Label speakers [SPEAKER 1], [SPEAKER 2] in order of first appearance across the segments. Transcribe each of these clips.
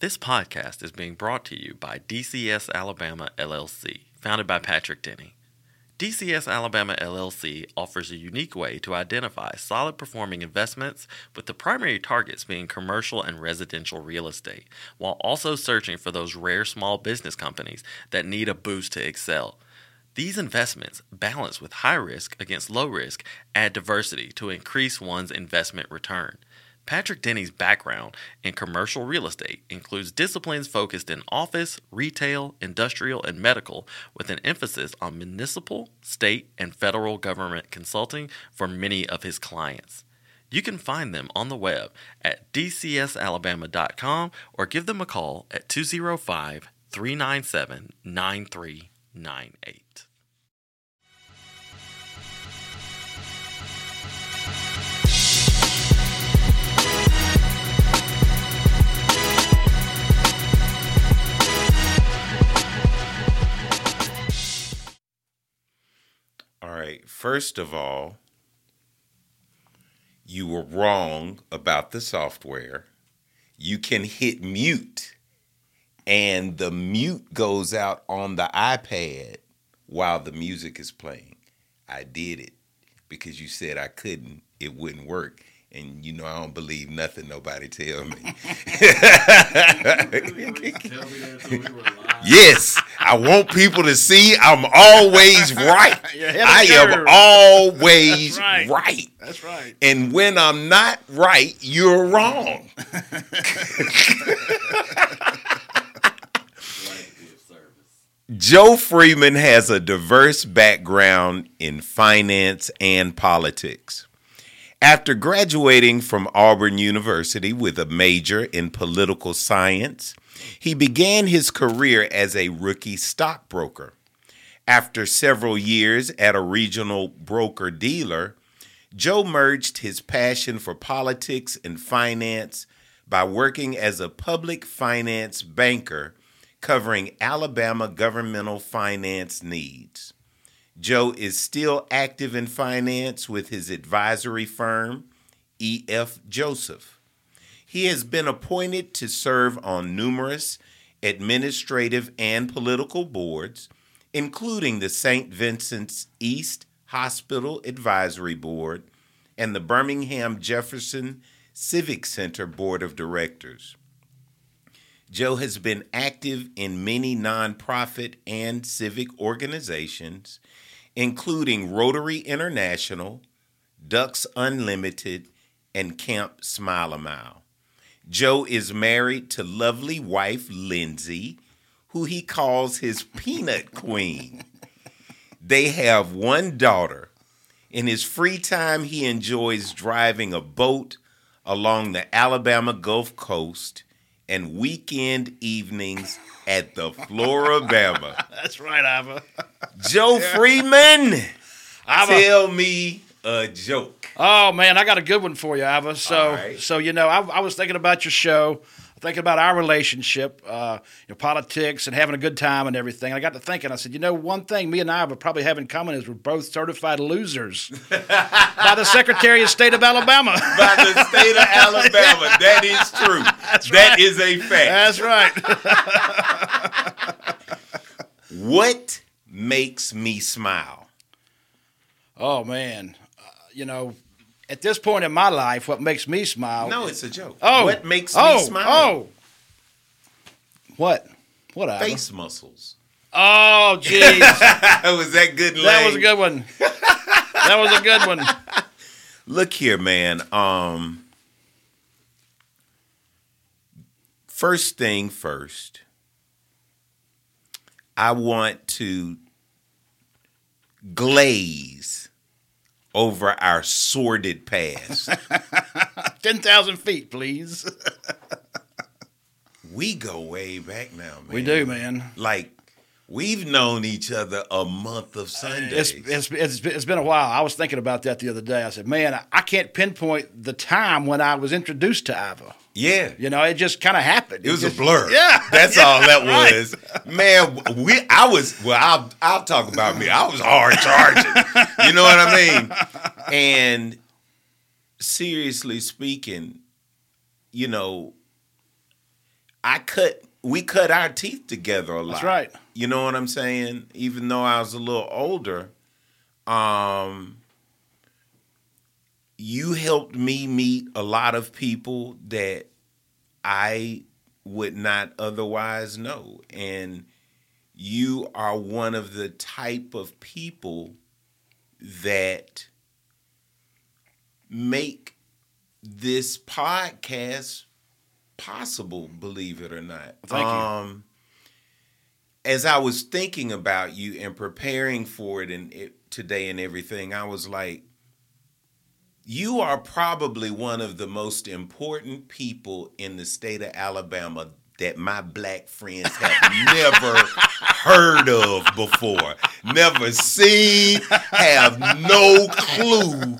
[SPEAKER 1] This podcast is being brought to you by DCS Alabama LLC, founded by Patrick Denny. DCS Alabama LLC offers a unique way to identify solid performing investments with the primary targets being commercial and residential real estate, while also searching for those rare small business companies that need a boost to excel. These investments, balanced with high risk against low risk, add diversity to increase one's investment return. Patrick Denny's background in commercial real estate includes disciplines focused in office, retail, industrial, and medical, with an emphasis on municipal, state, and federal government consulting for many of his clients. You can find them on the web at dcsalabama.com or give them a call at 205 397 9398.
[SPEAKER 2] All right. First of all, you were wrong about the software. You can hit mute, and the mute goes out on the iPad while the music is playing. I did it because you said I couldn't, it wouldn't work. And you know I don't believe nothing nobody tell me. Yes, I want people to see I'm always right.
[SPEAKER 3] You're ahead of
[SPEAKER 2] I
[SPEAKER 3] the
[SPEAKER 2] am
[SPEAKER 3] curve.
[SPEAKER 2] always
[SPEAKER 3] That's right.
[SPEAKER 2] right.
[SPEAKER 3] That's right.
[SPEAKER 2] And when I'm not right, you're wrong. Joe Freeman has a diverse background in finance and politics. After graduating from Auburn University with a major in political science, he began his career as a rookie stockbroker. After several years at a regional broker dealer, Joe merged his passion for politics and finance by working as a public finance banker covering Alabama governmental finance needs. Joe is still active in finance with his advisory firm, E.F. Joseph. He has been appointed to serve on numerous administrative and political boards, including the St. Vincent's East Hospital Advisory Board and the Birmingham Jefferson Civic Center Board of Directors. Joe has been active in many nonprofit and civic organizations, including Rotary International, Ducks Unlimited, and Camp Smile a Mile. Joe is married to lovely wife Lindsay, who he calls his peanut queen. They have one daughter. In his free time, he enjoys driving a boat along the Alabama Gulf Coast and weekend evenings at the Florabama.
[SPEAKER 3] That's right, Ava.
[SPEAKER 2] Joe Freeman,
[SPEAKER 3] Ava.
[SPEAKER 2] tell me a joke.
[SPEAKER 3] Oh man, I got a good one for you, Ava. So,
[SPEAKER 2] All right.
[SPEAKER 3] so you know, I, I was thinking about your show, thinking about our relationship, uh, you know, politics, and having a good time and everything. And I got to thinking. I said, you know, one thing me and Ava probably have in common is we're both certified losers by the Secretary of State of Alabama.
[SPEAKER 2] By the state of Alabama. That is true. That is a fact.
[SPEAKER 3] That's right.
[SPEAKER 2] What makes me smile?
[SPEAKER 3] oh man, uh, you know, at this point in my life, what makes me smile?
[SPEAKER 2] No, it's a joke.
[SPEAKER 3] Oh,
[SPEAKER 2] what makes
[SPEAKER 3] oh,
[SPEAKER 2] me smile?
[SPEAKER 3] Oh, what? What? Ava?
[SPEAKER 2] face muscles.
[SPEAKER 3] Oh, jeez.
[SPEAKER 2] was that good?
[SPEAKER 3] that was a good one. That was a good one.
[SPEAKER 2] Look here, man. Um, first thing first, I want to glaze over our sordid past.
[SPEAKER 3] 10,000 feet, please.
[SPEAKER 2] we go way back now, man.
[SPEAKER 3] We do, man.
[SPEAKER 2] Like we've known each other a month of
[SPEAKER 3] It's,
[SPEAKER 2] Sundays.
[SPEAKER 3] Uh, it's, it's, it's been a while. I was thinking about that the other day. I said, man, I- I can't pinpoint the time when I was introduced to Iva.
[SPEAKER 2] yeah.
[SPEAKER 3] You know, it just kind of happened.
[SPEAKER 2] It was a
[SPEAKER 3] just-
[SPEAKER 2] blur.
[SPEAKER 3] Yeah.
[SPEAKER 2] that's
[SPEAKER 3] Yeah,
[SPEAKER 2] all that
[SPEAKER 3] right.
[SPEAKER 2] was. Man, we I was well. I'll I'll talk about me. I was hard charging. you know what I mean? And seriously speaking, you know, I cut we cut our teeth together a lot.
[SPEAKER 3] That's right.
[SPEAKER 2] You know what I'm saying? Even though I was a little older, um you helped me meet a lot of people that I would not otherwise know and you are one of the type of people that make this podcast possible, believe it or not.
[SPEAKER 3] Thank you.
[SPEAKER 2] um, As I was thinking about you and preparing for it and it, today and everything, I was like, you are probably one of the most important people in the state of Alabama that my black friends have never heard of before, never seen, have no clue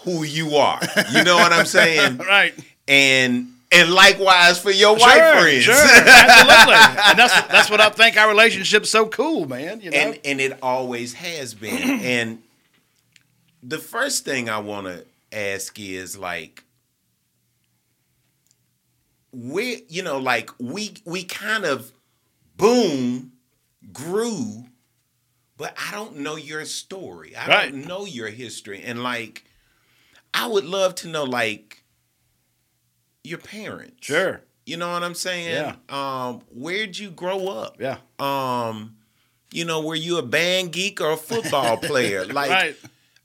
[SPEAKER 2] who you are. You know what I'm saying?
[SPEAKER 3] Right.
[SPEAKER 2] and and likewise for your white friends.
[SPEAKER 3] Sure, absolutely. and that's that's what I think our relationship's so cool, man. You know,
[SPEAKER 2] and and it always has been. and the first thing I want to ask is like we you know like we we kind of boom grew but I don't know your story. I
[SPEAKER 3] Right.
[SPEAKER 2] don't know your history and like I would love to know like your parents.
[SPEAKER 3] sure,
[SPEAKER 2] You know what I'm saying?
[SPEAKER 3] Yeah.
[SPEAKER 2] Um, where'd you grow up?
[SPEAKER 3] yeah,
[SPEAKER 2] Um, you know, were you a band geek or a football player? Like
[SPEAKER 3] right,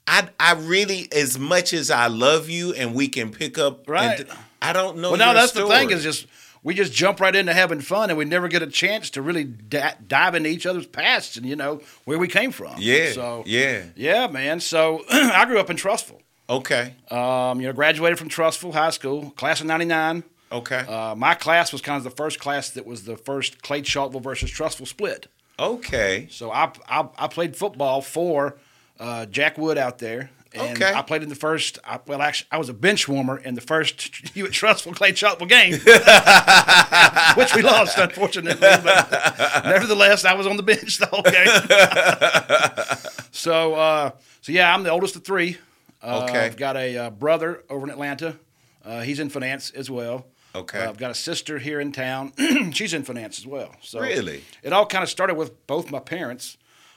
[SPEAKER 2] I I really as much as I love you and we can pick up and
[SPEAKER 3] right.
[SPEAKER 2] d- I don't know.
[SPEAKER 3] well, now
[SPEAKER 2] your
[SPEAKER 3] that's the
[SPEAKER 2] story.
[SPEAKER 3] thing is just we just jump right into having fun, and we never get a chance to really da- dive into each other's pasts and you know where we came from.
[SPEAKER 2] Yeah.
[SPEAKER 3] So
[SPEAKER 2] yeah.
[SPEAKER 3] yeah, man. So I grew up in Trustful.
[SPEAKER 2] Okay.
[SPEAKER 3] Um, you know, graduated from Trustful High School, class of '99.
[SPEAKER 2] Okay.
[SPEAKER 3] Uh, my class was kind of the first class that was the first Clay Chartville versus Trustful split.
[SPEAKER 2] okay.
[SPEAKER 3] So I I, I played football for uh, Jack Wood out there. And
[SPEAKER 2] Okay.
[SPEAKER 3] I played in the first. I, well, actually, I was a bench warmer in the first Hewitt Trustful Clay Chalkwell game, which we lost, unfortunately. But nevertheless, I was on the bench the whole game. so, uh, so yeah, I'm the oldest of three. Uh,
[SPEAKER 2] Okay.
[SPEAKER 3] I've got a uh, brother over in Atlanta. Uh, he's in finance as well.
[SPEAKER 2] Okay.
[SPEAKER 3] Uh, I've got a sister here in town. She's in finance as well. So
[SPEAKER 2] Really?
[SPEAKER 3] it all kind of started with both my parents.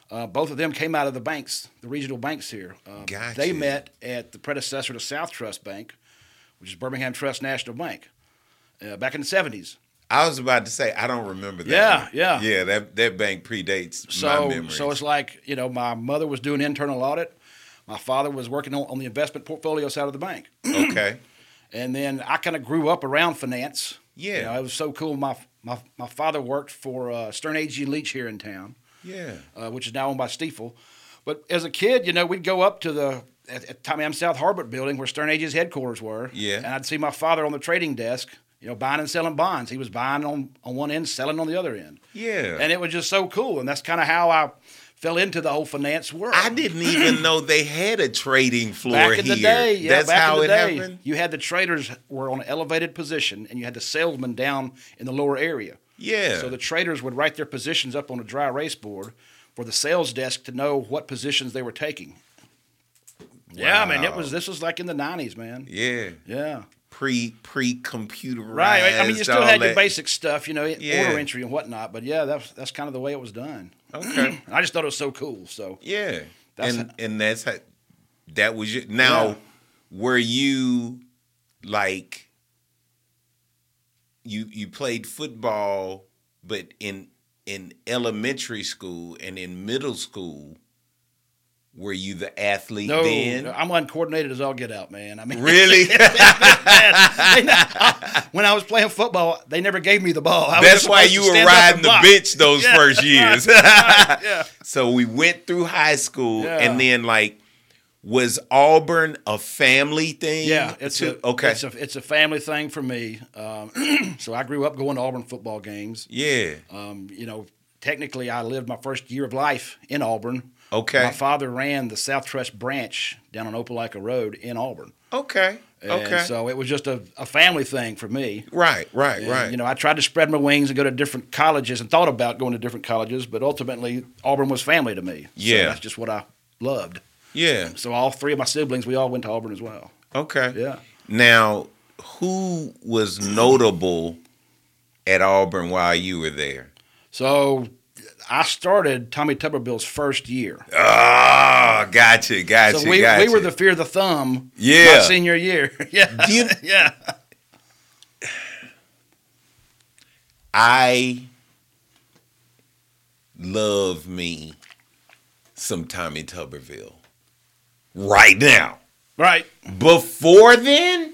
[SPEAKER 3] Uh, both of them came out of the banks, the regional banks here. Um,
[SPEAKER 2] Gotcha.
[SPEAKER 3] They met at the predecessor to South Trust Bank, which is Birmingham Trust National Bank, uh, back in the seventies.
[SPEAKER 2] I was about to say I don't remember that.
[SPEAKER 3] Yeah,
[SPEAKER 2] one.
[SPEAKER 3] yeah.
[SPEAKER 2] Yeah, that that bank predates my
[SPEAKER 3] So,
[SPEAKER 2] memory.
[SPEAKER 3] so it's like you know, my mother was doing internal audit, my father was working on, on the investment portfolio side of the bank,
[SPEAKER 2] okay.
[SPEAKER 3] and then I kind of grew up around finance.
[SPEAKER 2] Yeah.
[SPEAKER 3] you know, it was so cool. My my my father worked for uh, Stern AG Leach here in town.
[SPEAKER 2] Yeah.
[SPEAKER 3] uh, which is now owned by Stiefel. But as a kid, you know, we'd go up to the at, at Tommy M. South Harbert building where Stern Agee's headquarters were.
[SPEAKER 2] Yeah.
[SPEAKER 3] And I'd see my father on the trading desk, you know, buying and selling bonds. He was buying on, on one end, selling on the other end.
[SPEAKER 2] Yeah.
[SPEAKER 3] And it was just so cool. And that's kind of how I fell into the whole finance world.
[SPEAKER 2] I didn't even know they had a trading floor
[SPEAKER 3] Back in
[SPEAKER 2] here.
[SPEAKER 3] the day, yeah,
[SPEAKER 2] That's
[SPEAKER 3] back
[SPEAKER 2] how
[SPEAKER 3] in the
[SPEAKER 2] it
[SPEAKER 3] day,
[SPEAKER 2] happened.
[SPEAKER 3] you had the traders were on an elevated position, and you had the salesman down in the lower area.
[SPEAKER 2] Yeah.
[SPEAKER 3] So the traders would write their positions up on a dry erase board for the sales desk to know what positions they were taking. Yeah, I mean, it
[SPEAKER 2] Wow.
[SPEAKER 3] was this was like in the nineties, man.
[SPEAKER 2] yeah.
[SPEAKER 3] Yeah.
[SPEAKER 2] pre pre computerized.
[SPEAKER 3] Right. I mean, you still had
[SPEAKER 2] basic.
[SPEAKER 3] your basic stuff, you know,
[SPEAKER 2] Yeah.
[SPEAKER 3] order entry and whatnot. But yeah, that's that's kind of the way it was done.
[SPEAKER 2] Okay.
[SPEAKER 3] And I just thought it was so cool. So
[SPEAKER 2] Yeah.
[SPEAKER 3] That's
[SPEAKER 2] and
[SPEAKER 3] how-
[SPEAKER 2] and that's how, that was your now
[SPEAKER 3] Yeah.
[SPEAKER 2] were you like you you played football but in in elementary school and in middle school were you the athlete
[SPEAKER 3] no,
[SPEAKER 2] then?
[SPEAKER 3] no, I'm uncoordinated as all get out, man. I mean,
[SPEAKER 2] Really?
[SPEAKER 3] they not- when I was playing football, they never gave me the ball. I was
[SPEAKER 2] That's
[SPEAKER 3] just
[SPEAKER 2] why
[SPEAKER 3] supposed
[SPEAKER 2] you
[SPEAKER 3] to
[SPEAKER 2] were
[SPEAKER 3] stand up
[SPEAKER 2] riding
[SPEAKER 3] and
[SPEAKER 2] the
[SPEAKER 3] block.
[SPEAKER 2] bitch those
[SPEAKER 3] Yeah,
[SPEAKER 2] first
[SPEAKER 3] right,
[SPEAKER 2] years.
[SPEAKER 3] Yeah.
[SPEAKER 2] So we went through high school,
[SPEAKER 3] Yeah.
[SPEAKER 2] and then like, was Auburn a family thing?
[SPEAKER 3] Yeah, it's
[SPEAKER 2] too?
[SPEAKER 3] a,
[SPEAKER 2] okay.
[SPEAKER 3] It's a, it's a family thing for me. Um, so I grew up going to Auburn football games.
[SPEAKER 2] yeah.
[SPEAKER 3] Um, you know, technically, I lived my first year of life in Auburn.
[SPEAKER 2] Okay.
[SPEAKER 3] My father ran the South Trust branch down on Opelika Road in Auburn.
[SPEAKER 2] Okay.
[SPEAKER 3] And
[SPEAKER 2] Okay.
[SPEAKER 3] So it was just a, a family thing for me.
[SPEAKER 2] right. Right.
[SPEAKER 3] And,
[SPEAKER 2] right.
[SPEAKER 3] You know, I tried to spread my wings and go to different colleges and thought about going to different colleges, but ultimately, Auburn was family to me. So
[SPEAKER 2] Yeah.
[SPEAKER 3] that's just what I loved.
[SPEAKER 2] yeah.
[SPEAKER 3] So all three of my siblings, we all went to Auburn as well.
[SPEAKER 2] Okay.
[SPEAKER 3] Yeah.
[SPEAKER 2] Now, who was notable at Auburn while you were there?
[SPEAKER 3] So I started Tommy Tuberville's first year.
[SPEAKER 2] Oh, gotcha, gotcha,
[SPEAKER 3] so we,
[SPEAKER 2] gotcha.
[SPEAKER 3] we were the fear of the thumb my
[SPEAKER 2] yeah.
[SPEAKER 3] senior year. yeah.
[SPEAKER 2] You-
[SPEAKER 3] yeah.
[SPEAKER 2] I love me some Tommy Tuberville right now.
[SPEAKER 3] Right.
[SPEAKER 2] Before then,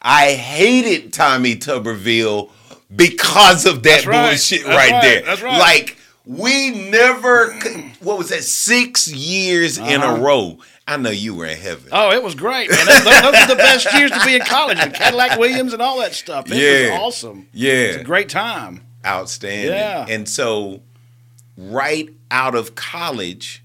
[SPEAKER 2] I hated Tommy Tuberville because of that
[SPEAKER 3] That's right.
[SPEAKER 2] bullshit
[SPEAKER 3] That's
[SPEAKER 2] right,
[SPEAKER 3] right.
[SPEAKER 2] there.
[SPEAKER 3] That's right.
[SPEAKER 2] Like we never, c- what was that? Six years in a row. I know you were in heaven.
[SPEAKER 3] Uh-huh. Oh, it was great. Man. Those, those those were the best years to be in college. The Cadillac Williams and all that stuff. It
[SPEAKER 2] Yeah.
[SPEAKER 3] was awesome. It was
[SPEAKER 2] yeah,
[SPEAKER 3] a great time.
[SPEAKER 2] outstanding.
[SPEAKER 3] Yeah.
[SPEAKER 2] And so, right out of college,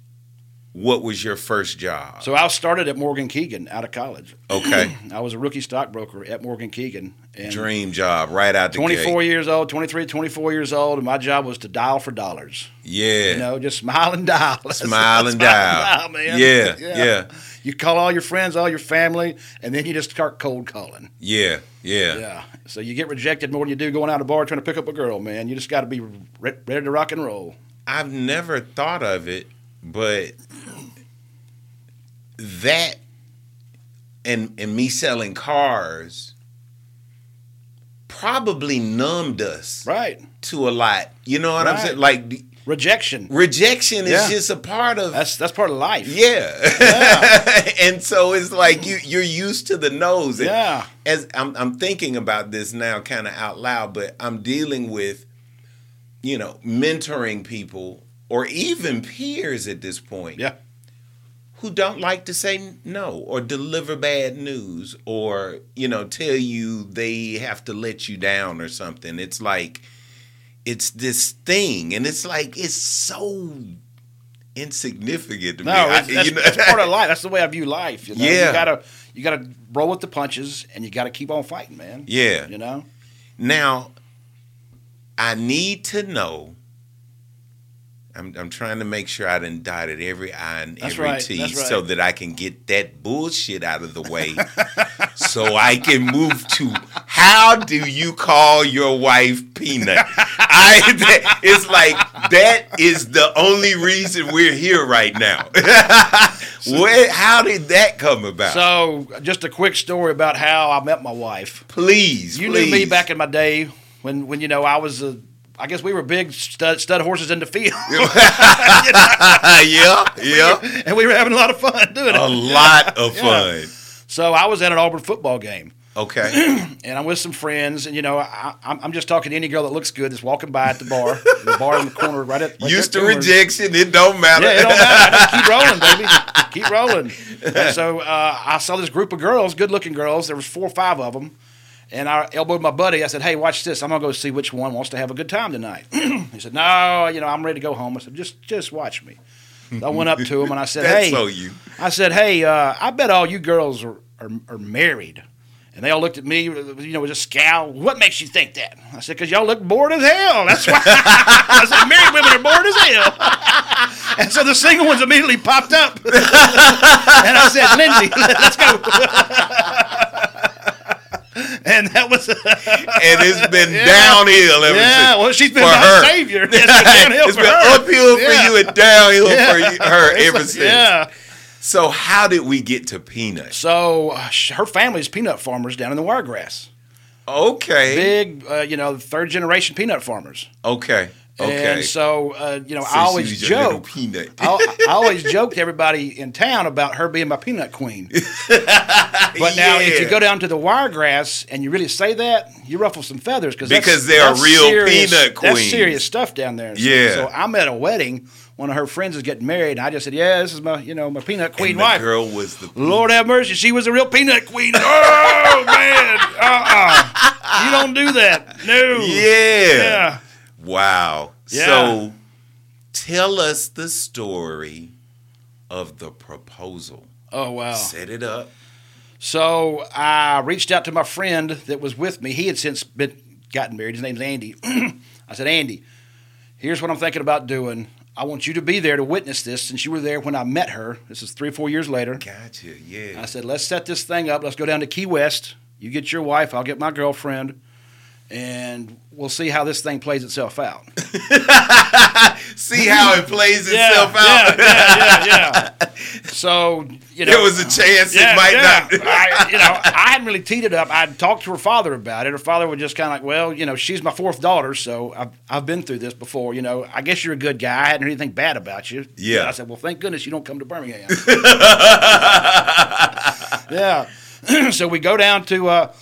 [SPEAKER 2] what was your first job?
[SPEAKER 3] So I started at Morgan Keegan out of college.
[SPEAKER 2] Okay,
[SPEAKER 3] I was a rookie stockbroker at Morgan Keegan. And
[SPEAKER 2] dream job right out the
[SPEAKER 3] 24
[SPEAKER 2] gate.
[SPEAKER 3] years old, 23, 24 years old, and my job was to dial for dollars.
[SPEAKER 2] Yeah,
[SPEAKER 3] You know, just smile and dial.
[SPEAKER 2] smile and dial.
[SPEAKER 3] man.
[SPEAKER 2] Yeah, yeah.
[SPEAKER 3] You call all your friends, all your family, and then you just start cold calling.
[SPEAKER 2] yeah, yeah,
[SPEAKER 3] Yeah. So you get rejected more than you do going out to a bar trying to pick up a girl, man. You just got to be re- ready to rock and roll.
[SPEAKER 2] I've never thought of it, but that and and me selling cars probably numbed us
[SPEAKER 3] Right.
[SPEAKER 2] to a lot. You know what I'm
[SPEAKER 3] Right.
[SPEAKER 2] saying? Like the-
[SPEAKER 3] Rejection.
[SPEAKER 2] rejection is
[SPEAKER 3] Yeah.
[SPEAKER 2] just a part of
[SPEAKER 3] That's that's part of life.
[SPEAKER 2] yeah. and so it's like you you're used to the nose. And
[SPEAKER 3] Yeah.
[SPEAKER 2] As I'm I'm thinking about this now kind of out loud, but I'm dealing with you know, mentoring people or even peers at this point
[SPEAKER 3] Yeah.
[SPEAKER 2] who don't like to say no or deliver bad news or you know tell you they have to let you down or something it's like it's this thing and it's like it's so insignificant to
[SPEAKER 3] No,
[SPEAKER 2] me I-
[SPEAKER 3] that's, that's,
[SPEAKER 2] you know?
[SPEAKER 3] that's part of life. That's the way I view life. You know?
[SPEAKER 2] Yeah.
[SPEAKER 3] You gotta you gotta roll with the punches, and you gotta keep on fighting, man.
[SPEAKER 2] yeah
[SPEAKER 3] You know.
[SPEAKER 2] now i need to know I'm, I'm trying to make sure I done dotted every I and
[SPEAKER 3] That's
[SPEAKER 2] every
[SPEAKER 3] right,
[SPEAKER 2] T
[SPEAKER 3] that's right.
[SPEAKER 2] so that I can get that bullshit out of the way so I can move to how do you call your wife peanut? I that- it's like that is the only reason we're here right now. Where, how did that come about?
[SPEAKER 3] So, just a quick story about how I met my wife.
[SPEAKER 2] please,
[SPEAKER 3] You
[SPEAKER 2] please.
[SPEAKER 3] knew me back in my day when, when you know, I was a, I guess we were big stud, stud horses in the field,
[SPEAKER 2] yeah, yeah.
[SPEAKER 3] and we were having a lot of fun doing
[SPEAKER 2] A
[SPEAKER 3] it.
[SPEAKER 2] lot of fun.
[SPEAKER 3] So, I was at an Auburn football game,
[SPEAKER 2] Okay.
[SPEAKER 3] and I'm with some friends, and you know, I, I'm, I'm just talking to any girl that looks good that's walking by at the bar, the bar in the corner, right at right
[SPEAKER 2] Used
[SPEAKER 3] there
[SPEAKER 2] to
[SPEAKER 3] at the corner.
[SPEAKER 2] rejection, it don't matter.
[SPEAKER 3] Yeah, it don't matter. Just keep rolling, baby. Keep rolling. And so uh, I saw this group of girls, good-looking girls. There was four or five of them, and I elbowed my buddy. I said, "Hey, watch this. I'm gonna go see which one wants to have a good time tonight." he said, "No, you know, I'm ready to go home." I said, "Just, just watch me." So I went up to him and I said,
[SPEAKER 2] That's
[SPEAKER 3] "Hey,"
[SPEAKER 2] so you.
[SPEAKER 3] I said, "Hey, uh, I bet all you girls are, are are married." And they all looked at me, you know, with a scowl. What makes you think that? I said, because y'all look bored as hell. That's why. I said, married women are bored as hell. And so the single ones immediately popped up. and I said, Lindsay, let's go. and that was,
[SPEAKER 2] and it's been downhill ever
[SPEAKER 3] yeah,
[SPEAKER 2] since.
[SPEAKER 3] well, she's been
[SPEAKER 2] For
[SPEAKER 3] my
[SPEAKER 2] her.
[SPEAKER 3] savior. It's been downhill
[SPEAKER 2] it's
[SPEAKER 3] for
[SPEAKER 2] been
[SPEAKER 3] her.
[SPEAKER 2] uphill for
[SPEAKER 3] Yeah.
[SPEAKER 2] you and downhill for
[SPEAKER 3] Yeah.
[SPEAKER 2] you, her
[SPEAKER 3] It's
[SPEAKER 2] ever
[SPEAKER 3] like-
[SPEAKER 2] since.
[SPEAKER 3] Yeah.
[SPEAKER 2] So how did we get to peanuts?
[SPEAKER 3] So uh, sh- her family's peanut farmers down in the wiregrass.
[SPEAKER 2] Okay.
[SPEAKER 3] Big, uh, you know, third generation peanut farmers.
[SPEAKER 2] Okay. Okay.
[SPEAKER 3] And so, uh, you know,
[SPEAKER 2] So
[SPEAKER 3] I
[SPEAKER 2] she
[SPEAKER 3] always
[SPEAKER 2] was your little
[SPEAKER 3] joke.
[SPEAKER 2] peanut.
[SPEAKER 3] I, I always joke to everybody in town about her being my peanut queen. But now, if you
[SPEAKER 2] Yeah.
[SPEAKER 3] go down to the wiregrass and you really say that, you ruffle some feathers that's-
[SPEAKER 2] Because they are
[SPEAKER 3] that's
[SPEAKER 2] real
[SPEAKER 3] serious-
[SPEAKER 2] peanut
[SPEAKER 3] That's
[SPEAKER 2] queens.
[SPEAKER 3] serious stuff down there. So-
[SPEAKER 2] Yeah.
[SPEAKER 3] So I'm at a wedding. One of her friends is getting married, and I just said, "Yeah, this is my, you know, my peanut queen
[SPEAKER 2] and the
[SPEAKER 3] wife."
[SPEAKER 2] girl was the
[SPEAKER 3] Lord have mercy, she was a real peanut queen. Oh man, uh-uh. you don't do that. No.
[SPEAKER 2] Yeah.
[SPEAKER 3] Yeah.
[SPEAKER 2] Wow.
[SPEAKER 3] Yeah.
[SPEAKER 2] So tell us the story of the proposal.
[SPEAKER 3] Oh wow.
[SPEAKER 2] Set it up.
[SPEAKER 3] So I reached out to my friend that was with me. He had since been gotten married. His name's Andy. I said, Andy, here's what I'm thinking about doing. I want you to be there to witness this since you were there when I met her. This is three or four years later.
[SPEAKER 2] Gotcha. Yeah.
[SPEAKER 3] I said, let's set this thing up. Let's go down to Key West. You get your wife, I'll get my girlfriend. and we'll see how this thing plays itself out.
[SPEAKER 2] See how it plays itself out.
[SPEAKER 3] yeah, yeah, yeah. So you know,
[SPEAKER 2] There was a chance it might not.
[SPEAKER 3] I, you know, I hadn't really teed it up. I'd talked to her father about it. Her father was just kind of like, well, you know, she's my fourth daughter, so I've, I've been through this before. You know, I guess you're a good guy. I hadn't heard anything bad about you.
[SPEAKER 2] Yeah.
[SPEAKER 3] I said, well, thank goodness you don't come to Birmingham. yeah. so we go down to uh,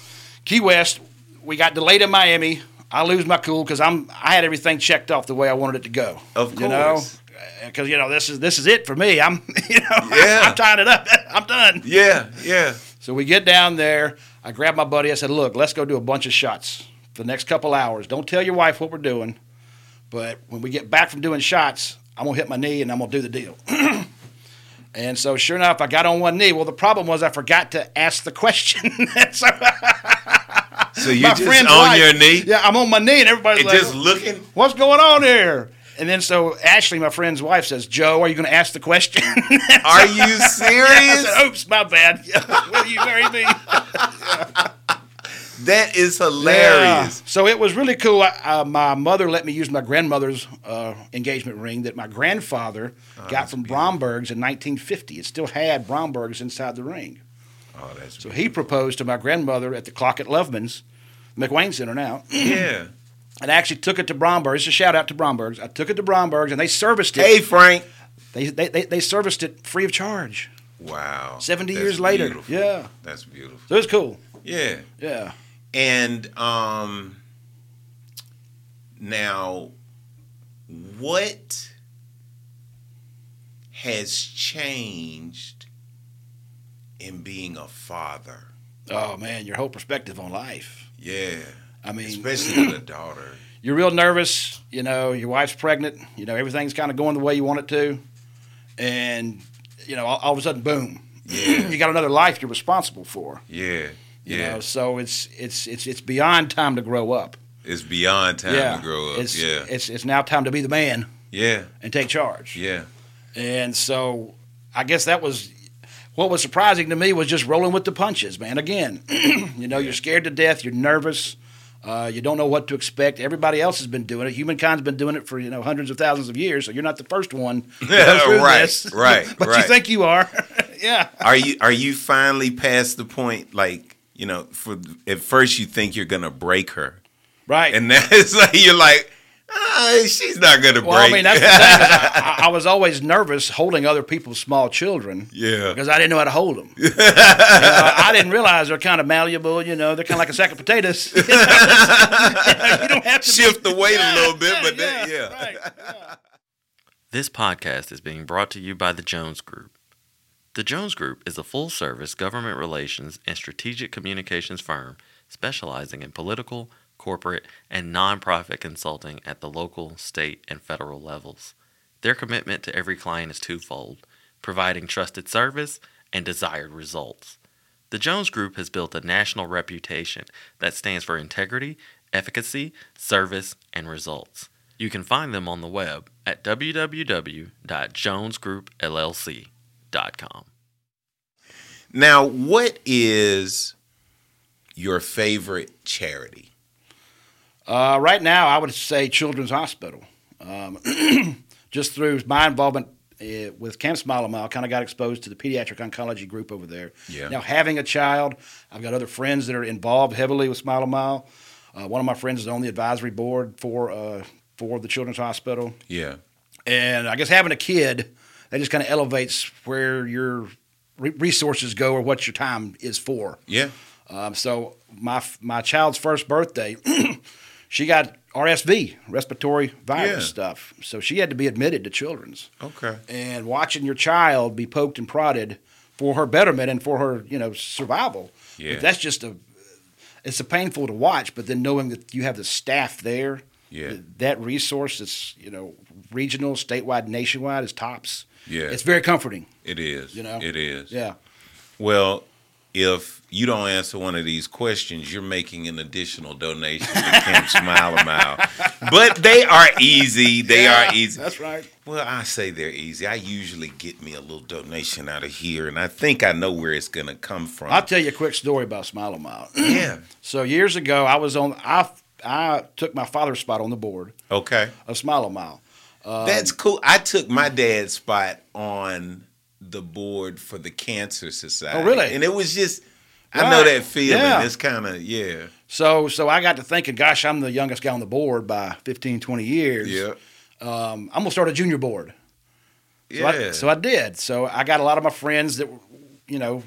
[SPEAKER 3] Key West. We got delayed in Miami. I lose my cool because I'm I had everything checked off the way I wanted it to go.
[SPEAKER 2] Of
[SPEAKER 3] you know,
[SPEAKER 2] course.
[SPEAKER 3] because you know this is this is it for me. I'm you know
[SPEAKER 2] Yeah.
[SPEAKER 3] I'm tying it up. I'm done.
[SPEAKER 2] Yeah, yeah.
[SPEAKER 3] So we get down there. I grab my buddy. I said, "Look, let's go do a bunch of shots for the next couple hours. Don't tell your wife what we're doing, but when we get back from doing shots, I'm gonna hit my knee and I'm gonna do the deal." and so, sure enough, I got on one knee. Well, the problem was I forgot to ask the question. so
[SPEAKER 2] So you
[SPEAKER 3] my
[SPEAKER 2] just on
[SPEAKER 3] friend's wife-
[SPEAKER 2] your knee
[SPEAKER 3] Yeah, I'm on my knee, and everybody's
[SPEAKER 2] and
[SPEAKER 3] like, oh.
[SPEAKER 2] just looking.
[SPEAKER 3] what's going on here? And then so Ashley, my friend's wife, says, Joe, are you going to ask the question?
[SPEAKER 2] Are you
[SPEAKER 3] I
[SPEAKER 2] serious?
[SPEAKER 3] said, oops, my bad. Will you marry me?
[SPEAKER 2] that is
[SPEAKER 3] Yeah.
[SPEAKER 2] hilarious.
[SPEAKER 3] So it was really cool. I, uh, my mother let me use my grandmother's uh, engagement ring that my grandfather
[SPEAKER 2] Ah,
[SPEAKER 3] got from Bromberg's in 1950. It still had Bromberg's inside the ring.
[SPEAKER 2] Oh, that's
[SPEAKER 3] So he proposed to my grandmother at the clock at Loveman's, McWayne Center now,
[SPEAKER 2] yeah.
[SPEAKER 3] and I actually took it to Bromberg's. It's a shout out to Bromberg's. I took it to Bromberg's and they serviced it.
[SPEAKER 2] Hey, Frank.
[SPEAKER 3] They, they, they, they serviced it free of charge.
[SPEAKER 2] Wow.
[SPEAKER 3] 70
[SPEAKER 2] That's
[SPEAKER 3] years later.
[SPEAKER 2] beautiful.
[SPEAKER 3] Yeah.
[SPEAKER 2] That's beautiful.
[SPEAKER 3] So it was cool.
[SPEAKER 2] Yeah.
[SPEAKER 3] Yeah.
[SPEAKER 2] And um now what has changed in being a father?
[SPEAKER 3] Oh, man, your whole perspective on life.
[SPEAKER 2] Yeah.
[SPEAKER 3] I mean,
[SPEAKER 2] Especially with a daughter.
[SPEAKER 3] you're real nervous. You know, your wife's pregnant. You know, everything's kind of going the way you want it to. And, you know, all, all of a sudden, boom.
[SPEAKER 2] Yeah.
[SPEAKER 3] you got another life you're responsible for.
[SPEAKER 2] Yeah.
[SPEAKER 3] You
[SPEAKER 2] Yeah.
[SPEAKER 3] know, so it's it's it's it's beyond time to grow up.
[SPEAKER 2] It's beyond time
[SPEAKER 3] yeah.
[SPEAKER 2] to grow up.
[SPEAKER 3] It's,
[SPEAKER 2] yeah.
[SPEAKER 3] It's it's now time to be the man
[SPEAKER 2] yeah.
[SPEAKER 3] and take charge.
[SPEAKER 2] Yeah.
[SPEAKER 3] And so I guess that was what was surprising to me was just rolling with the punches, man. Again, you know, you're scared to death, you're nervous, uh, you don't know what to expect. Everybody else has been doing it. Humankind's been doing it for, you know, hundreds of thousands of years, so you're not the first one. to go through
[SPEAKER 2] Right,
[SPEAKER 3] this.
[SPEAKER 2] right,
[SPEAKER 3] but you
[SPEAKER 2] right.
[SPEAKER 3] think you are. yeah.
[SPEAKER 2] Are you are you finally past the point like, you know, for at first you think you're going to break her.
[SPEAKER 3] Right.
[SPEAKER 2] And then it's like you're like, ah, she's not gonna
[SPEAKER 3] well,
[SPEAKER 2] break.
[SPEAKER 3] I mean, that's the thing. is I, I- I was always nervous holding other people's small children.
[SPEAKER 2] yeah,
[SPEAKER 3] because I didn't know how to hold them. You know, I didn't realize they're kind of malleable. You know, they're kind of like a sack of potatoes. you, know, you don't have to
[SPEAKER 2] shift the weight a little bit, but then, yeah.
[SPEAKER 3] right.
[SPEAKER 1] This podcast is being brought to you by the Jones Group. The Jones Group is a full service government relations and strategic communications firm specializing in political, corporate, and nonprofit consulting at the local, state, and federal levels. Their commitment to every client is twofold providing trusted service and desired results. The Jones Group has built a national reputation that stands for integrity, efficacy, service, and results. You can find them on the web at www.jonesgroupllc.com.
[SPEAKER 2] Now, what is your favorite charity?
[SPEAKER 3] Uh, right now, I would say Children's Hospital. Um, just through my involvement uh, with Camp Smile a Mile, kind of got exposed to the pediatric oncology group over there.
[SPEAKER 2] Yeah.
[SPEAKER 3] Now, having a child, I've got other friends that are involved heavily with Smile a Mile. Uh, one of my friends is on the advisory board for uh, for the Children's Hospital.
[SPEAKER 2] Yeah,
[SPEAKER 3] and I guess having a kid that just kind of elevates where your re- resources go or what your time is for.
[SPEAKER 2] yeah,
[SPEAKER 3] Um, so my my child's first birthday, she got RSV, respiratory virus
[SPEAKER 2] Yeah.
[SPEAKER 3] stuff. So she had to be admitted to children's.
[SPEAKER 2] okay,
[SPEAKER 3] And watching your child be poked and prodded for her betterment and for her you know survival,
[SPEAKER 2] Yeah.
[SPEAKER 3] that's just a it's a painful to watch. But then knowing that you have the staff there
[SPEAKER 2] Yeah.
[SPEAKER 3] th- that resource that's you know regional, statewide, nationwide is tops.
[SPEAKER 2] Yeah.
[SPEAKER 3] it's very comforting.
[SPEAKER 2] it is.
[SPEAKER 3] You know?
[SPEAKER 2] it is.
[SPEAKER 3] Yeah,
[SPEAKER 2] Well, if you don't answer one of these questions, you're making an additional donation to Camp Smile a Mile. But they are easy. They are easy.
[SPEAKER 3] that's right.
[SPEAKER 2] Well, I say they're easy. I usually get me a little donation out of here, and I think I know where it's gonna come from.
[SPEAKER 3] I'll tell you a quick story about Smile a Mile.
[SPEAKER 2] yeah,
[SPEAKER 3] so years ago, I was on I I took my father's spot on the board
[SPEAKER 2] Okay.
[SPEAKER 3] of Smile O Mile. Um,
[SPEAKER 2] That's cool. I took my dad's spot on the board for the Cancer Society.
[SPEAKER 3] Oh, really?
[SPEAKER 2] And it was just, I know
[SPEAKER 3] Right.
[SPEAKER 2] that feeling.
[SPEAKER 3] Yeah.
[SPEAKER 2] It's kind of, yeah.
[SPEAKER 3] So so I got to thinking, gosh, I'm the youngest guy on the board by 15, 20 years.
[SPEAKER 2] Yeah.
[SPEAKER 3] Um, I'm gonna start a junior board. So,
[SPEAKER 2] Yeah.
[SPEAKER 3] I, so I did. So I got a lot of my friends that, you know,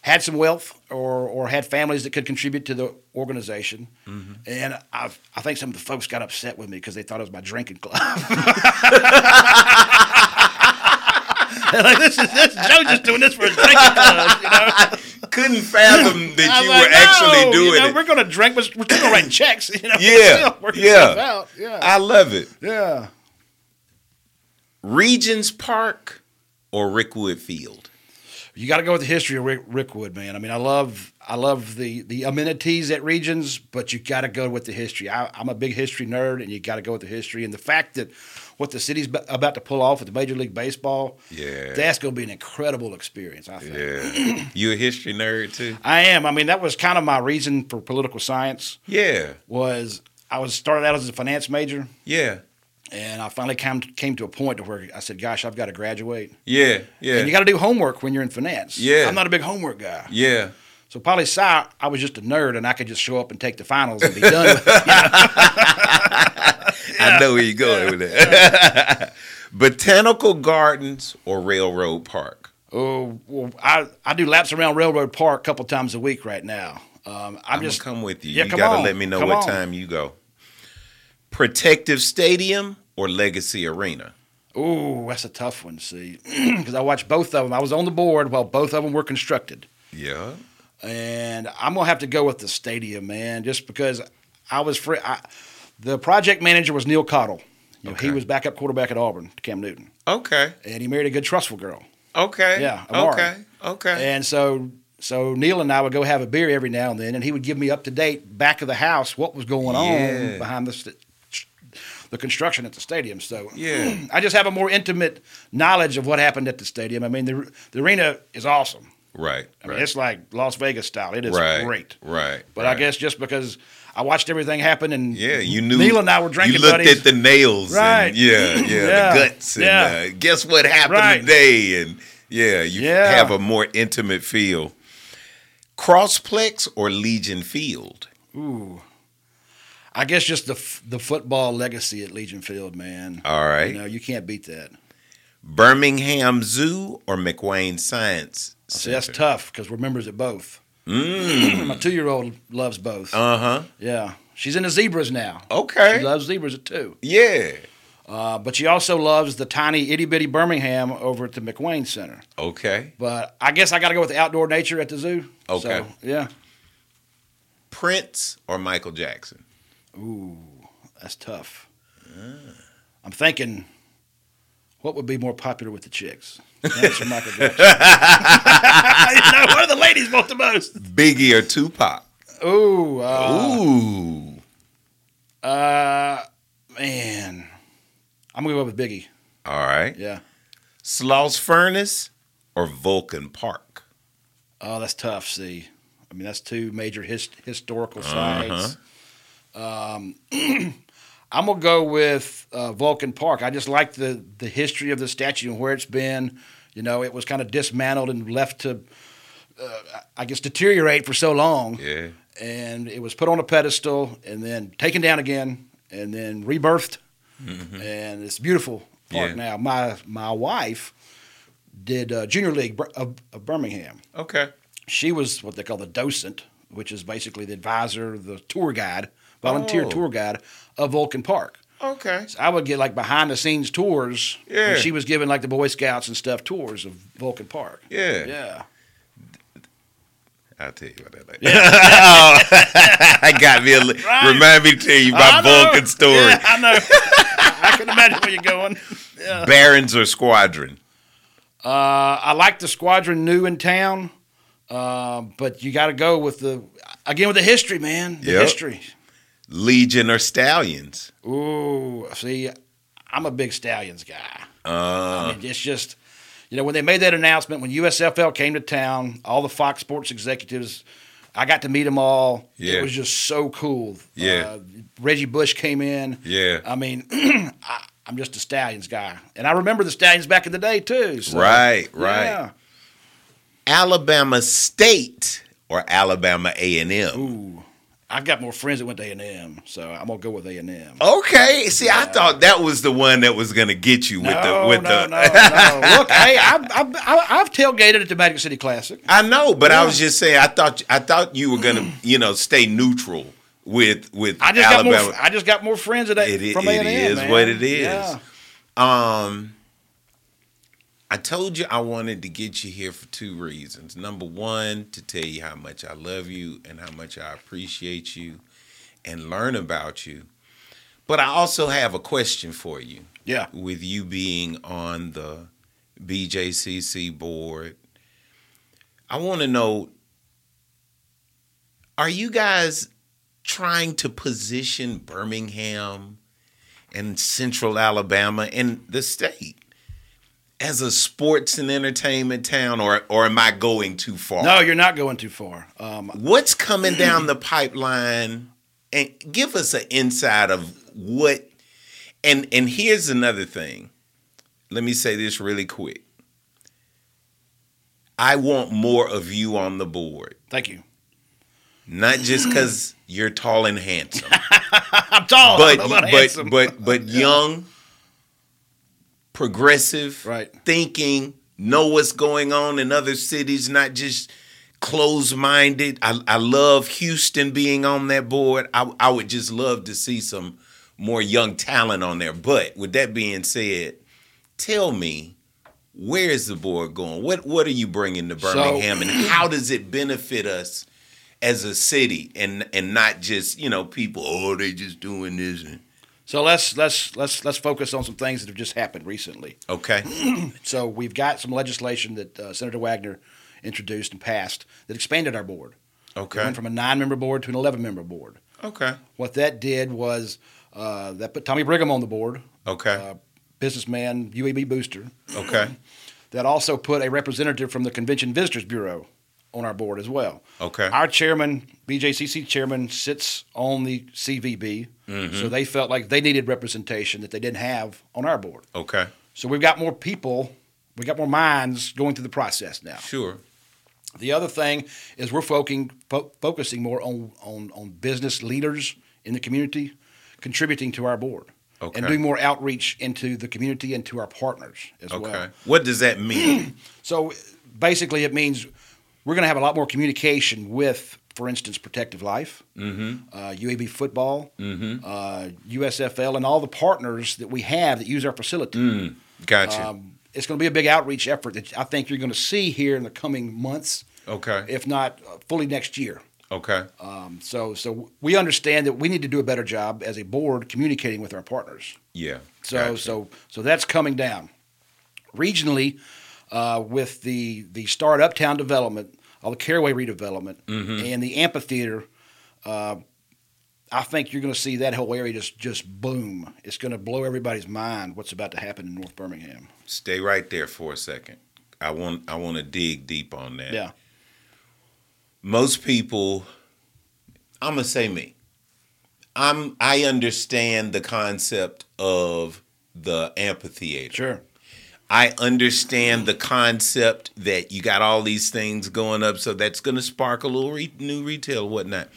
[SPEAKER 3] had some wealth or or had families that could contribute to the organization.
[SPEAKER 2] Mm-hmm.
[SPEAKER 3] And I I think some of the folks got upset with me because they thought it was my drinking club. They're like this is this Joe just doing this for his drinking club, you know.
[SPEAKER 2] Couldn't fathom that
[SPEAKER 3] I'm
[SPEAKER 2] you
[SPEAKER 3] like,
[SPEAKER 2] were
[SPEAKER 3] "No,
[SPEAKER 2] actually
[SPEAKER 3] you
[SPEAKER 2] doing
[SPEAKER 3] know,
[SPEAKER 2] it.
[SPEAKER 3] We're gonna drink. We're, we're still gonna write checks. You know, we're
[SPEAKER 2] Yeah,
[SPEAKER 3] still working
[SPEAKER 2] yeah.
[SPEAKER 3] stuff out. Yeah,
[SPEAKER 2] I love it.
[SPEAKER 3] yeah.
[SPEAKER 2] Regents Park or Rickwood Field?
[SPEAKER 3] You got to go with the history of Rick, Rickwood, man. I mean, I love I love the the amenities at Regions, but you got to go with the history. I, I'm a big history nerd, and you got to go with the history and the fact that what the city's b- about to pull off with the Major League Baseball.
[SPEAKER 2] Yeah.
[SPEAKER 3] that's gonna be an incredible experience. I think.
[SPEAKER 2] Yeah. you a history nerd too?
[SPEAKER 3] I am. I mean, that was kind of my reason for political science
[SPEAKER 2] Yeah.
[SPEAKER 3] was I was started out as a finance major.
[SPEAKER 2] Yeah.
[SPEAKER 3] And I finally came came to a point to where I said, "Gosh, I've got to graduate."
[SPEAKER 2] Yeah. Yeah.
[SPEAKER 3] And you got to do homework when you're in finance.
[SPEAKER 2] Yeah.
[SPEAKER 3] I'm not a big homework guy.
[SPEAKER 2] yeah.
[SPEAKER 3] So poli sci, I was just a nerd, and I could just show up and take the finals and be done. With it.
[SPEAKER 2] I know where you're going with that. Botanical Gardens or Railroad Park?
[SPEAKER 3] Oh, well, I I do laps around Railroad Park a couple times a week right now. Um, I'm,
[SPEAKER 2] I'm
[SPEAKER 3] just
[SPEAKER 2] gonna come with you.
[SPEAKER 3] yeah,
[SPEAKER 2] you
[SPEAKER 3] come
[SPEAKER 2] gotta
[SPEAKER 3] on,
[SPEAKER 2] let me know
[SPEAKER 3] come
[SPEAKER 2] what
[SPEAKER 3] on.
[SPEAKER 2] time you go. Protective Stadium or Legacy Arena?
[SPEAKER 3] oh, that's a tough one. See, because I watched both of them. I was on the board while both of them were constructed,
[SPEAKER 2] Yeah.
[SPEAKER 3] and I'm gonna have to go with the stadium, man, just because I was free. I, the project manager was Neil Cottle. You know,
[SPEAKER 2] Okay.
[SPEAKER 3] He was backup quarterback at Auburn, Cam Newton,
[SPEAKER 2] Okay.
[SPEAKER 3] and he married a good, trustful girl.
[SPEAKER 2] Okay.
[SPEAKER 3] Yeah, Amari.
[SPEAKER 2] Okay. Okay.
[SPEAKER 3] And so so Neil and I would go have a beer every now and then, and he would give me up to date back of the house what was going
[SPEAKER 2] Yeah.
[SPEAKER 3] on behind the st- the construction at the stadium. So
[SPEAKER 2] Yeah.
[SPEAKER 3] I just have a more intimate knowledge of what happened at the stadium. I mean, the the arena is awesome.
[SPEAKER 2] right. Right.
[SPEAKER 3] I mean, it's like Las Vegas style. It is
[SPEAKER 2] right.
[SPEAKER 3] great.
[SPEAKER 2] Right.
[SPEAKER 3] But I
[SPEAKER 2] right.
[SPEAKER 3] guess just because I watched everything happen and
[SPEAKER 2] Yeah, you knew.
[SPEAKER 3] Neil and I were drinking
[SPEAKER 2] You looked
[SPEAKER 3] buddies.
[SPEAKER 2] at the nails,
[SPEAKER 3] Right.
[SPEAKER 2] And yeah, yeah,
[SPEAKER 3] Yeah,
[SPEAKER 2] the guts, and
[SPEAKER 3] yeah.
[SPEAKER 2] uh, guess what happened
[SPEAKER 3] Right.
[SPEAKER 2] today, and yeah, you
[SPEAKER 3] Yeah.
[SPEAKER 2] have a more intimate feel. Crossplex or Legion Field?
[SPEAKER 3] Ooh. I guess just the f- the football legacy at Legion Field, man.
[SPEAKER 2] All right.
[SPEAKER 3] You know, you can't beat that.
[SPEAKER 2] Birmingham Zoo or McWayne Science? Mm.
[SPEAKER 3] See, that's tough because we're members of both. My two year old loves both.
[SPEAKER 2] Uh huh.
[SPEAKER 3] yeah. She's into zebras now. She
[SPEAKER 2] Okay.
[SPEAKER 3] loves zebras at two.
[SPEAKER 2] Yeah.
[SPEAKER 3] Uh, but she also loves the tiny itty bitty Birmingham over at the McWayne Center.
[SPEAKER 2] Okay.
[SPEAKER 3] But I guess I got to go with the outdoor nature at the zoo.
[SPEAKER 2] Okay.
[SPEAKER 3] So, yeah.
[SPEAKER 2] Prince or Michael Jackson?
[SPEAKER 3] Ooh, that's tough.
[SPEAKER 2] Uh.
[SPEAKER 3] I'm thinking, what would be more popular with the chicks? That's your Michael Jackson. you know, what do the ladies want the most?
[SPEAKER 2] Biggie or Tupac?
[SPEAKER 3] Ooh. Uh,
[SPEAKER 2] Ooh.
[SPEAKER 3] Uh, man, I'm gonna go with Biggie.
[SPEAKER 2] All right.
[SPEAKER 3] Yeah.
[SPEAKER 2] Sloss Furnace or Vulcan Park?
[SPEAKER 3] Oh, that's tough. See, I mean, that's two major his- historical sites. Um, I'm gonna go with uh, Vulcan Park. I just like the the history of the statue and where it's been. You know, it was kind of dismantled and left to, uh, I guess, deteriorate for so long.
[SPEAKER 2] Yeah.
[SPEAKER 3] and it was put on a pedestal and then taken down again and then rebirthed and it's beautiful park
[SPEAKER 2] Yeah.
[SPEAKER 3] now my my wife did uh, junior league Bir- of, of birmingham
[SPEAKER 2] Okay.
[SPEAKER 3] she was what they call the docent which is basically the advisor the tour guide volunteer
[SPEAKER 2] Oh.
[SPEAKER 3] tour guide of vulcan park
[SPEAKER 2] Okay.
[SPEAKER 3] so i would get like behind the scenes tours
[SPEAKER 2] Yeah.
[SPEAKER 3] and she was giving like the boy scouts and stuff tours of vulcan park
[SPEAKER 2] Yeah.
[SPEAKER 3] yeah
[SPEAKER 2] I'll tell you about that later. I got me a li- remind me to tell you my
[SPEAKER 3] I know.
[SPEAKER 2] Vulcan story.
[SPEAKER 3] yeah, i know i can imagine where you're going yeah
[SPEAKER 2] Barons or Squadron?
[SPEAKER 3] Uh, I like the squadron new in town, uh, but you got to go with the again with the history, man. The
[SPEAKER 2] Yep.
[SPEAKER 3] history.
[SPEAKER 2] Legion or Stallions?
[SPEAKER 3] Ooh, see, I'm a big stallions guy.
[SPEAKER 2] Uh,
[SPEAKER 3] I mean, it's just you know when they made that announcement when USFL came to town, all the Fox Sports executives. I got to meet them all.
[SPEAKER 2] Yeah.
[SPEAKER 3] It was just so cool.
[SPEAKER 2] Yeah.
[SPEAKER 3] Uh, Reggie Bush came in.
[SPEAKER 2] Yeah.
[SPEAKER 3] I mean, I, I'm just a Stallions guy. And I remember the Stallions back in the day, too. so,
[SPEAKER 2] Right, right.
[SPEAKER 3] Yeah.
[SPEAKER 2] Alabama State or Alabama A and M.
[SPEAKER 3] Ooh. I've got more friends that went to A&M, so I'm going to go with A&M.
[SPEAKER 2] Okay, see, I thought that was the one that was gonna get you with
[SPEAKER 3] no,
[SPEAKER 2] the with
[SPEAKER 3] no,
[SPEAKER 2] the.
[SPEAKER 3] no, no. Look, hey, I've, I've, I've tailgated at the Magic City Classic.
[SPEAKER 2] I know, but I was just saying. I thought I thought you were gonna you know stay neutral with with
[SPEAKER 3] I just
[SPEAKER 2] Alabama.
[SPEAKER 3] got more. I just got more friends at
[SPEAKER 2] It
[SPEAKER 3] A
[SPEAKER 2] i-
[SPEAKER 3] from
[SPEAKER 2] it
[SPEAKER 3] A&M.
[SPEAKER 2] is
[SPEAKER 3] man.
[SPEAKER 2] what it is.
[SPEAKER 3] Yeah.
[SPEAKER 2] Um, I told you I wanted to get you here for two reasons. Number one, to tell you how much I love you and how much I appreciate you and learn about you. But I also have a question for you
[SPEAKER 3] Yeah.
[SPEAKER 2] with you being on the BJCC board. I want to know are you guys trying to position Birmingham and Central Alabama and the state as a sports and entertainment town or or am I going too far?
[SPEAKER 3] No, you're not going too far. Um,
[SPEAKER 2] What's coming down the pipeline? And give us an insight of what. And and here's another thing. Let me say this really quick. I want more of you on the board,
[SPEAKER 3] thank you.
[SPEAKER 2] not just because you're tall and handsome,
[SPEAKER 3] I'm tall,
[SPEAKER 2] but
[SPEAKER 3] I'm
[SPEAKER 2] but
[SPEAKER 3] not handsome.
[SPEAKER 2] but but young, progressive,
[SPEAKER 3] Right.
[SPEAKER 2] thinking, know what's going on in other cities, not just closed minded. I, I love Houston being on that board. I, I would just love to see some more young talent on there. But with that being said, tell me where is the board going? What what are you bringing to
[SPEAKER 3] So-
[SPEAKER 2] Birmingham, and how does it benefit us? As a city, and and not just you know people. Oh, they just doing this. And,
[SPEAKER 3] so let's let's let's let's focus on some things that have just happened recently.
[SPEAKER 2] okay.
[SPEAKER 3] So we've got some legislation that uh, Senator Wagner introduced and passed that expanded our board. It
[SPEAKER 2] Okay.
[SPEAKER 3] went from a nine-member board to an eleven-member board.
[SPEAKER 2] Okay.
[SPEAKER 3] What that did was uh, that put Tommy Brigham on the board,
[SPEAKER 2] Okay.
[SPEAKER 3] uh, businessman, UAB booster.
[SPEAKER 2] Okay.
[SPEAKER 3] that also put a representative from the Convention Visitors Bureau on our board as well.
[SPEAKER 2] Okay.
[SPEAKER 3] Our chairman, BJCC chairman, sits on the CVB,
[SPEAKER 2] Mm-hmm.
[SPEAKER 3] so they felt like they needed representation that they didn't have on our board.
[SPEAKER 2] Okay.
[SPEAKER 3] So we've got more people, we've got more minds going through the process now.
[SPEAKER 2] Sure.
[SPEAKER 3] The other thing is we're focusing, fo- focusing more on, on, on business leaders in the community contributing to our board
[SPEAKER 2] Okay.
[SPEAKER 3] and doing more outreach into the community and to our partners as
[SPEAKER 2] Okay.
[SPEAKER 3] well.
[SPEAKER 2] What does that mean?
[SPEAKER 3] So basically, it means we're going to have a lot more communication with, for instance, Protective Life,
[SPEAKER 2] Mm-hmm.
[SPEAKER 3] uh, UAB Football, uh, USFL, and all the partners that we have that use our facility.
[SPEAKER 2] Mm, Gotcha.
[SPEAKER 3] Um, it's going to be a big outreach effort that I think you're going to see here in the coming months,
[SPEAKER 2] okay.
[SPEAKER 3] if not uh, fully next year.
[SPEAKER 2] Okay.
[SPEAKER 3] Um, so, so we understand that we need to do a better job as a board communicating with our partners.
[SPEAKER 2] Yeah.
[SPEAKER 3] So
[SPEAKER 2] Gotcha.
[SPEAKER 3] so so that's coming down. Regionally, uh, with the the Start Uptown development, all the Caraway redevelopment, and the amphitheater, uh, I think you're going to see that whole area just just boom. It's going to blow everybody's mind what's about to happen in North Birmingham.
[SPEAKER 2] stay right there for a second. I want I want to dig deep on that.
[SPEAKER 3] Yeah.
[SPEAKER 2] Most people I'm going to say me. I'm I understand the concept of the amphitheater.
[SPEAKER 3] Sure.
[SPEAKER 2] I understand the concept that you got all these things going up, so that's going to spark a little re- new retail, and whatnot.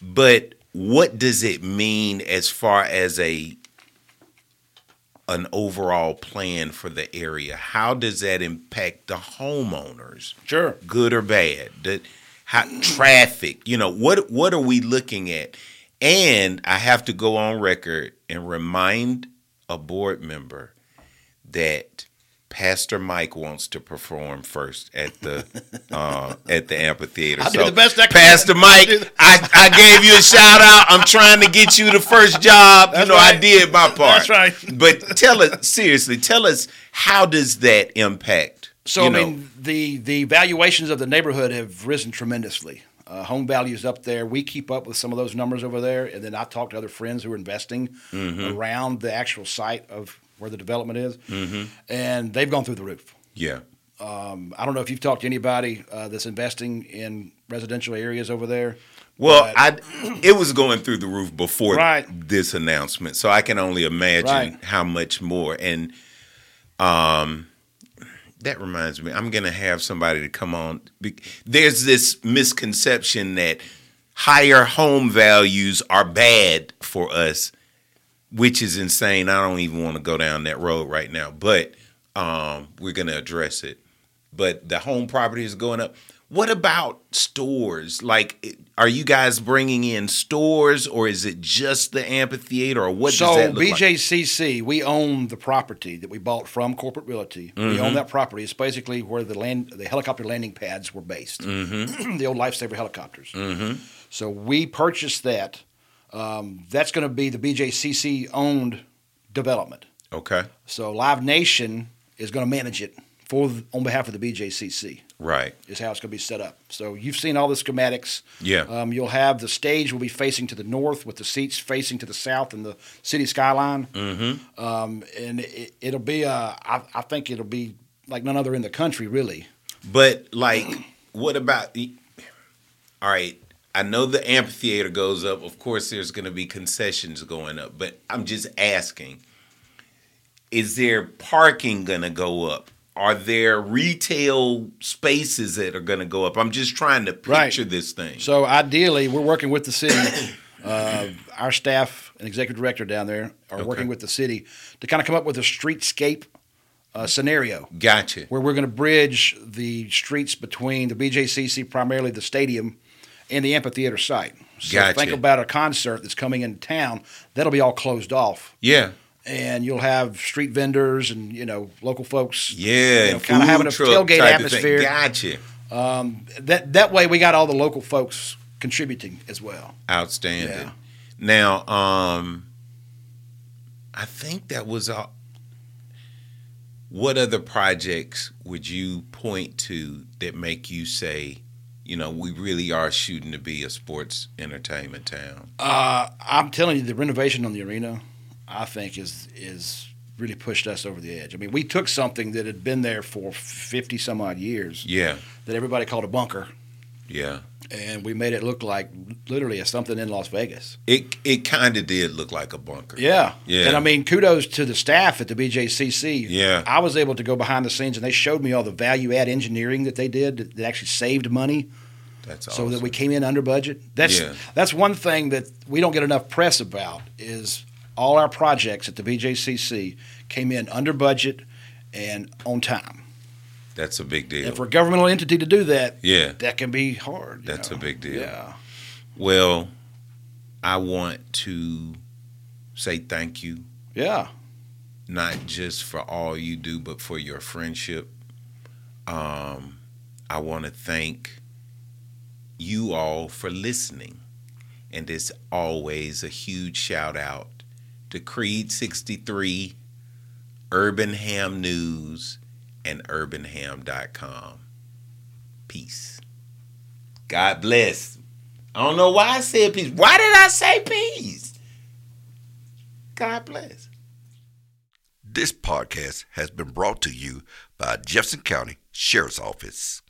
[SPEAKER 2] But what does it mean as far as a an overall plan for the area? How does that impact the homeowners,
[SPEAKER 3] Sure.
[SPEAKER 2] good or bad? The how, traffic, you know, what what are we looking at? And I have to go on record and remind a board member that Pastor Mike wants to perform first at the uh, at the amphitheater.
[SPEAKER 3] I did the best I can.
[SPEAKER 2] Pastor Mike, I, I gave you a shout out. I'm trying to get you the first job. you know, I
[SPEAKER 3] right.
[SPEAKER 2] did my part.
[SPEAKER 3] That's right.
[SPEAKER 2] But tell us seriously, tell us how does that impact?
[SPEAKER 3] So
[SPEAKER 2] you
[SPEAKER 3] I
[SPEAKER 2] know,
[SPEAKER 3] mean, the the valuations of the neighborhood have risen tremendously. Uh, home values up there. We keep up with some of those numbers over there, and then I talk to other friends who are investing
[SPEAKER 2] Mm-hmm. Mm-hmm.
[SPEAKER 3] around the actual site of where the development is, and they've gone through the roof.
[SPEAKER 2] yeah,
[SPEAKER 3] Um, I don't know if you've talked to anybody uh, that's investing in residential areas over there.
[SPEAKER 2] Well, I it was going through the roof before
[SPEAKER 3] Right.
[SPEAKER 2] this announcement, so I can only imagine
[SPEAKER 3] Right.
[SPEAKER 2] how much more. And um, that reminds me, I'm going to have somebody to come on. Be- There's this misconception that higher home values are bad for us, which is insane. I don't even want to go down that road right now, but um, we're going to address it but the home property is going up. What about stores? Like, are you guys bringing in stores, or is it just the amphitheater, or what
[SPEAKER 3] so
[SPEAKER 2] does that look like?
[SPEAKER 3] BJCC, we own the property that we bought from Corporate Realty. We
[SPEAKER 2] Mm-hmm.
[SPEAKER 3] own that property. It's basically where the land, the helicopter landing pads were based,
[SPEAKER 2] Mm-hmm.
[SPEAKER 3] the old lifesaver helicopters. So we purchased that. Um, that's going to be the BJCC owned development.
[SPEAKER 2] Okay,
[SPEAKER 3] So Live Nation is going to manage it for on behalf of the BJCC.
[SPEAKER 2] right,
[SPEAKER 3] is how it's going to be set up. So you've seen all the schematics.
[SPEAKER 2] Yeah.
[SPEAKER 3] Um, you'll have the stage will be facing to the north with the seats facing to the south and the city skyline. Mm-hmm. Um, and it, it'll be, uh, I, I think it'll be like none other in the country, really.
[SPEAKER 2] but like, what about? the- All right, I know the amphitheater goes up. Of course, there's going to be concessions going up, but I'm just asking: Is there parking going to go up? Are there retail spaces that are going to go up? I'm just trying to
[SPEAKER 3] Right.
[SPEAKER 2] picture this thing.
[SPEAKER 3] So ideally, we're working with the city. Uh, our staff and executive director down there are working with the city to kind of come up with a streetscape uh, scenario
[SPEAKER 2] Gotcha.
[SPEAKER 3] where we're going to bridge the streets between the BJCC, primarily the stadium, and the amphitheater site. So
[SPEAKER 2] Gotcha.
[SPEAKER 3] think about a concert that's coming into town. That'll be all closed off,
[SPEAKER 2] Yeah.
[SPEAKER 3] and you'll have street vendors and you know local folks.
[SPEAKER 2] Yeah.
[SPEAKER 3] you know, kind of having a tailgate atmosphere.
[SPEAKER 2] Gotcha.
[SPEAKER 3] Um, That that way we got all the local folks contributing as well.
[SPEAKER 2] Outstanding.
[SPEAKER 3] Yeah.
[SPEAKER 2] Now, um, I think that was all. What other projects would you point to that make you say, you know, we really are shooting to be a sports entertainment town?
[SPEAKER 3] Uh, I'm telling you, the renovation on the arena, I think is is really pushed us over the edge. I mean, we took something that had been there for 50 some odd years
[SPEAKER 2] Yeah.
[SPEAKER 3] that everybody called a bunker.
[SPEAKER 2] Yeah.
[SPEAKER 3] and we made it look like literally a something in Las Vegas.
[SPEAKER 2] It it kind of did look like a bunker.
[SPEAKER 3] Yeah,
[SPEAKER 2] Yeah.
[SPEAKER 3] And I mean, kudos to the staff at the BJCC.
[SPEAKER 2] Yeah.
[SPEAKER 3] I was able to go behind the scenes, and they showed me all the value add engineering that they did that that actually saved money,
[SPEAKER 2] That's
[SPEAKER 3] so
[SPEAKER 2] awesome.
[SPEAKER 3] that we came in under budget. That's
[SPEAKER 2] Yeah.
[SPEAKER 3] that's one thing that we don't get enough press about is all our projects at the BJCC came in under budget and on time.
[SPEAKER 2] That's a big deal.
[SPEAKER 3] And for a governmental entity to do that,
[SPEAKER 2] yeah.
[SPEAKER 3] that can be hard. you
[SPEAKER 2] That's a
[SPEAKER 3] know?
[SPEAKER 2] big deal.
[SPEAKER 3] Yeah.
[SPEAKER 2] Well, I want to say thank you,
[SPEAKER 3] Yeah.
[SPEAKER 2] not just for all you do, but for your friendship. Um, I want to thank you all for listening. And it's always a huge shout out to Creed 63, Urban Ham News, and urbanham.com. Peace. God bless. I don't know why I said peace. Why did I say peace? God bless.
[SPEAKER 4] This podcast has been brought to you by Jefferson County Sheriff's Office.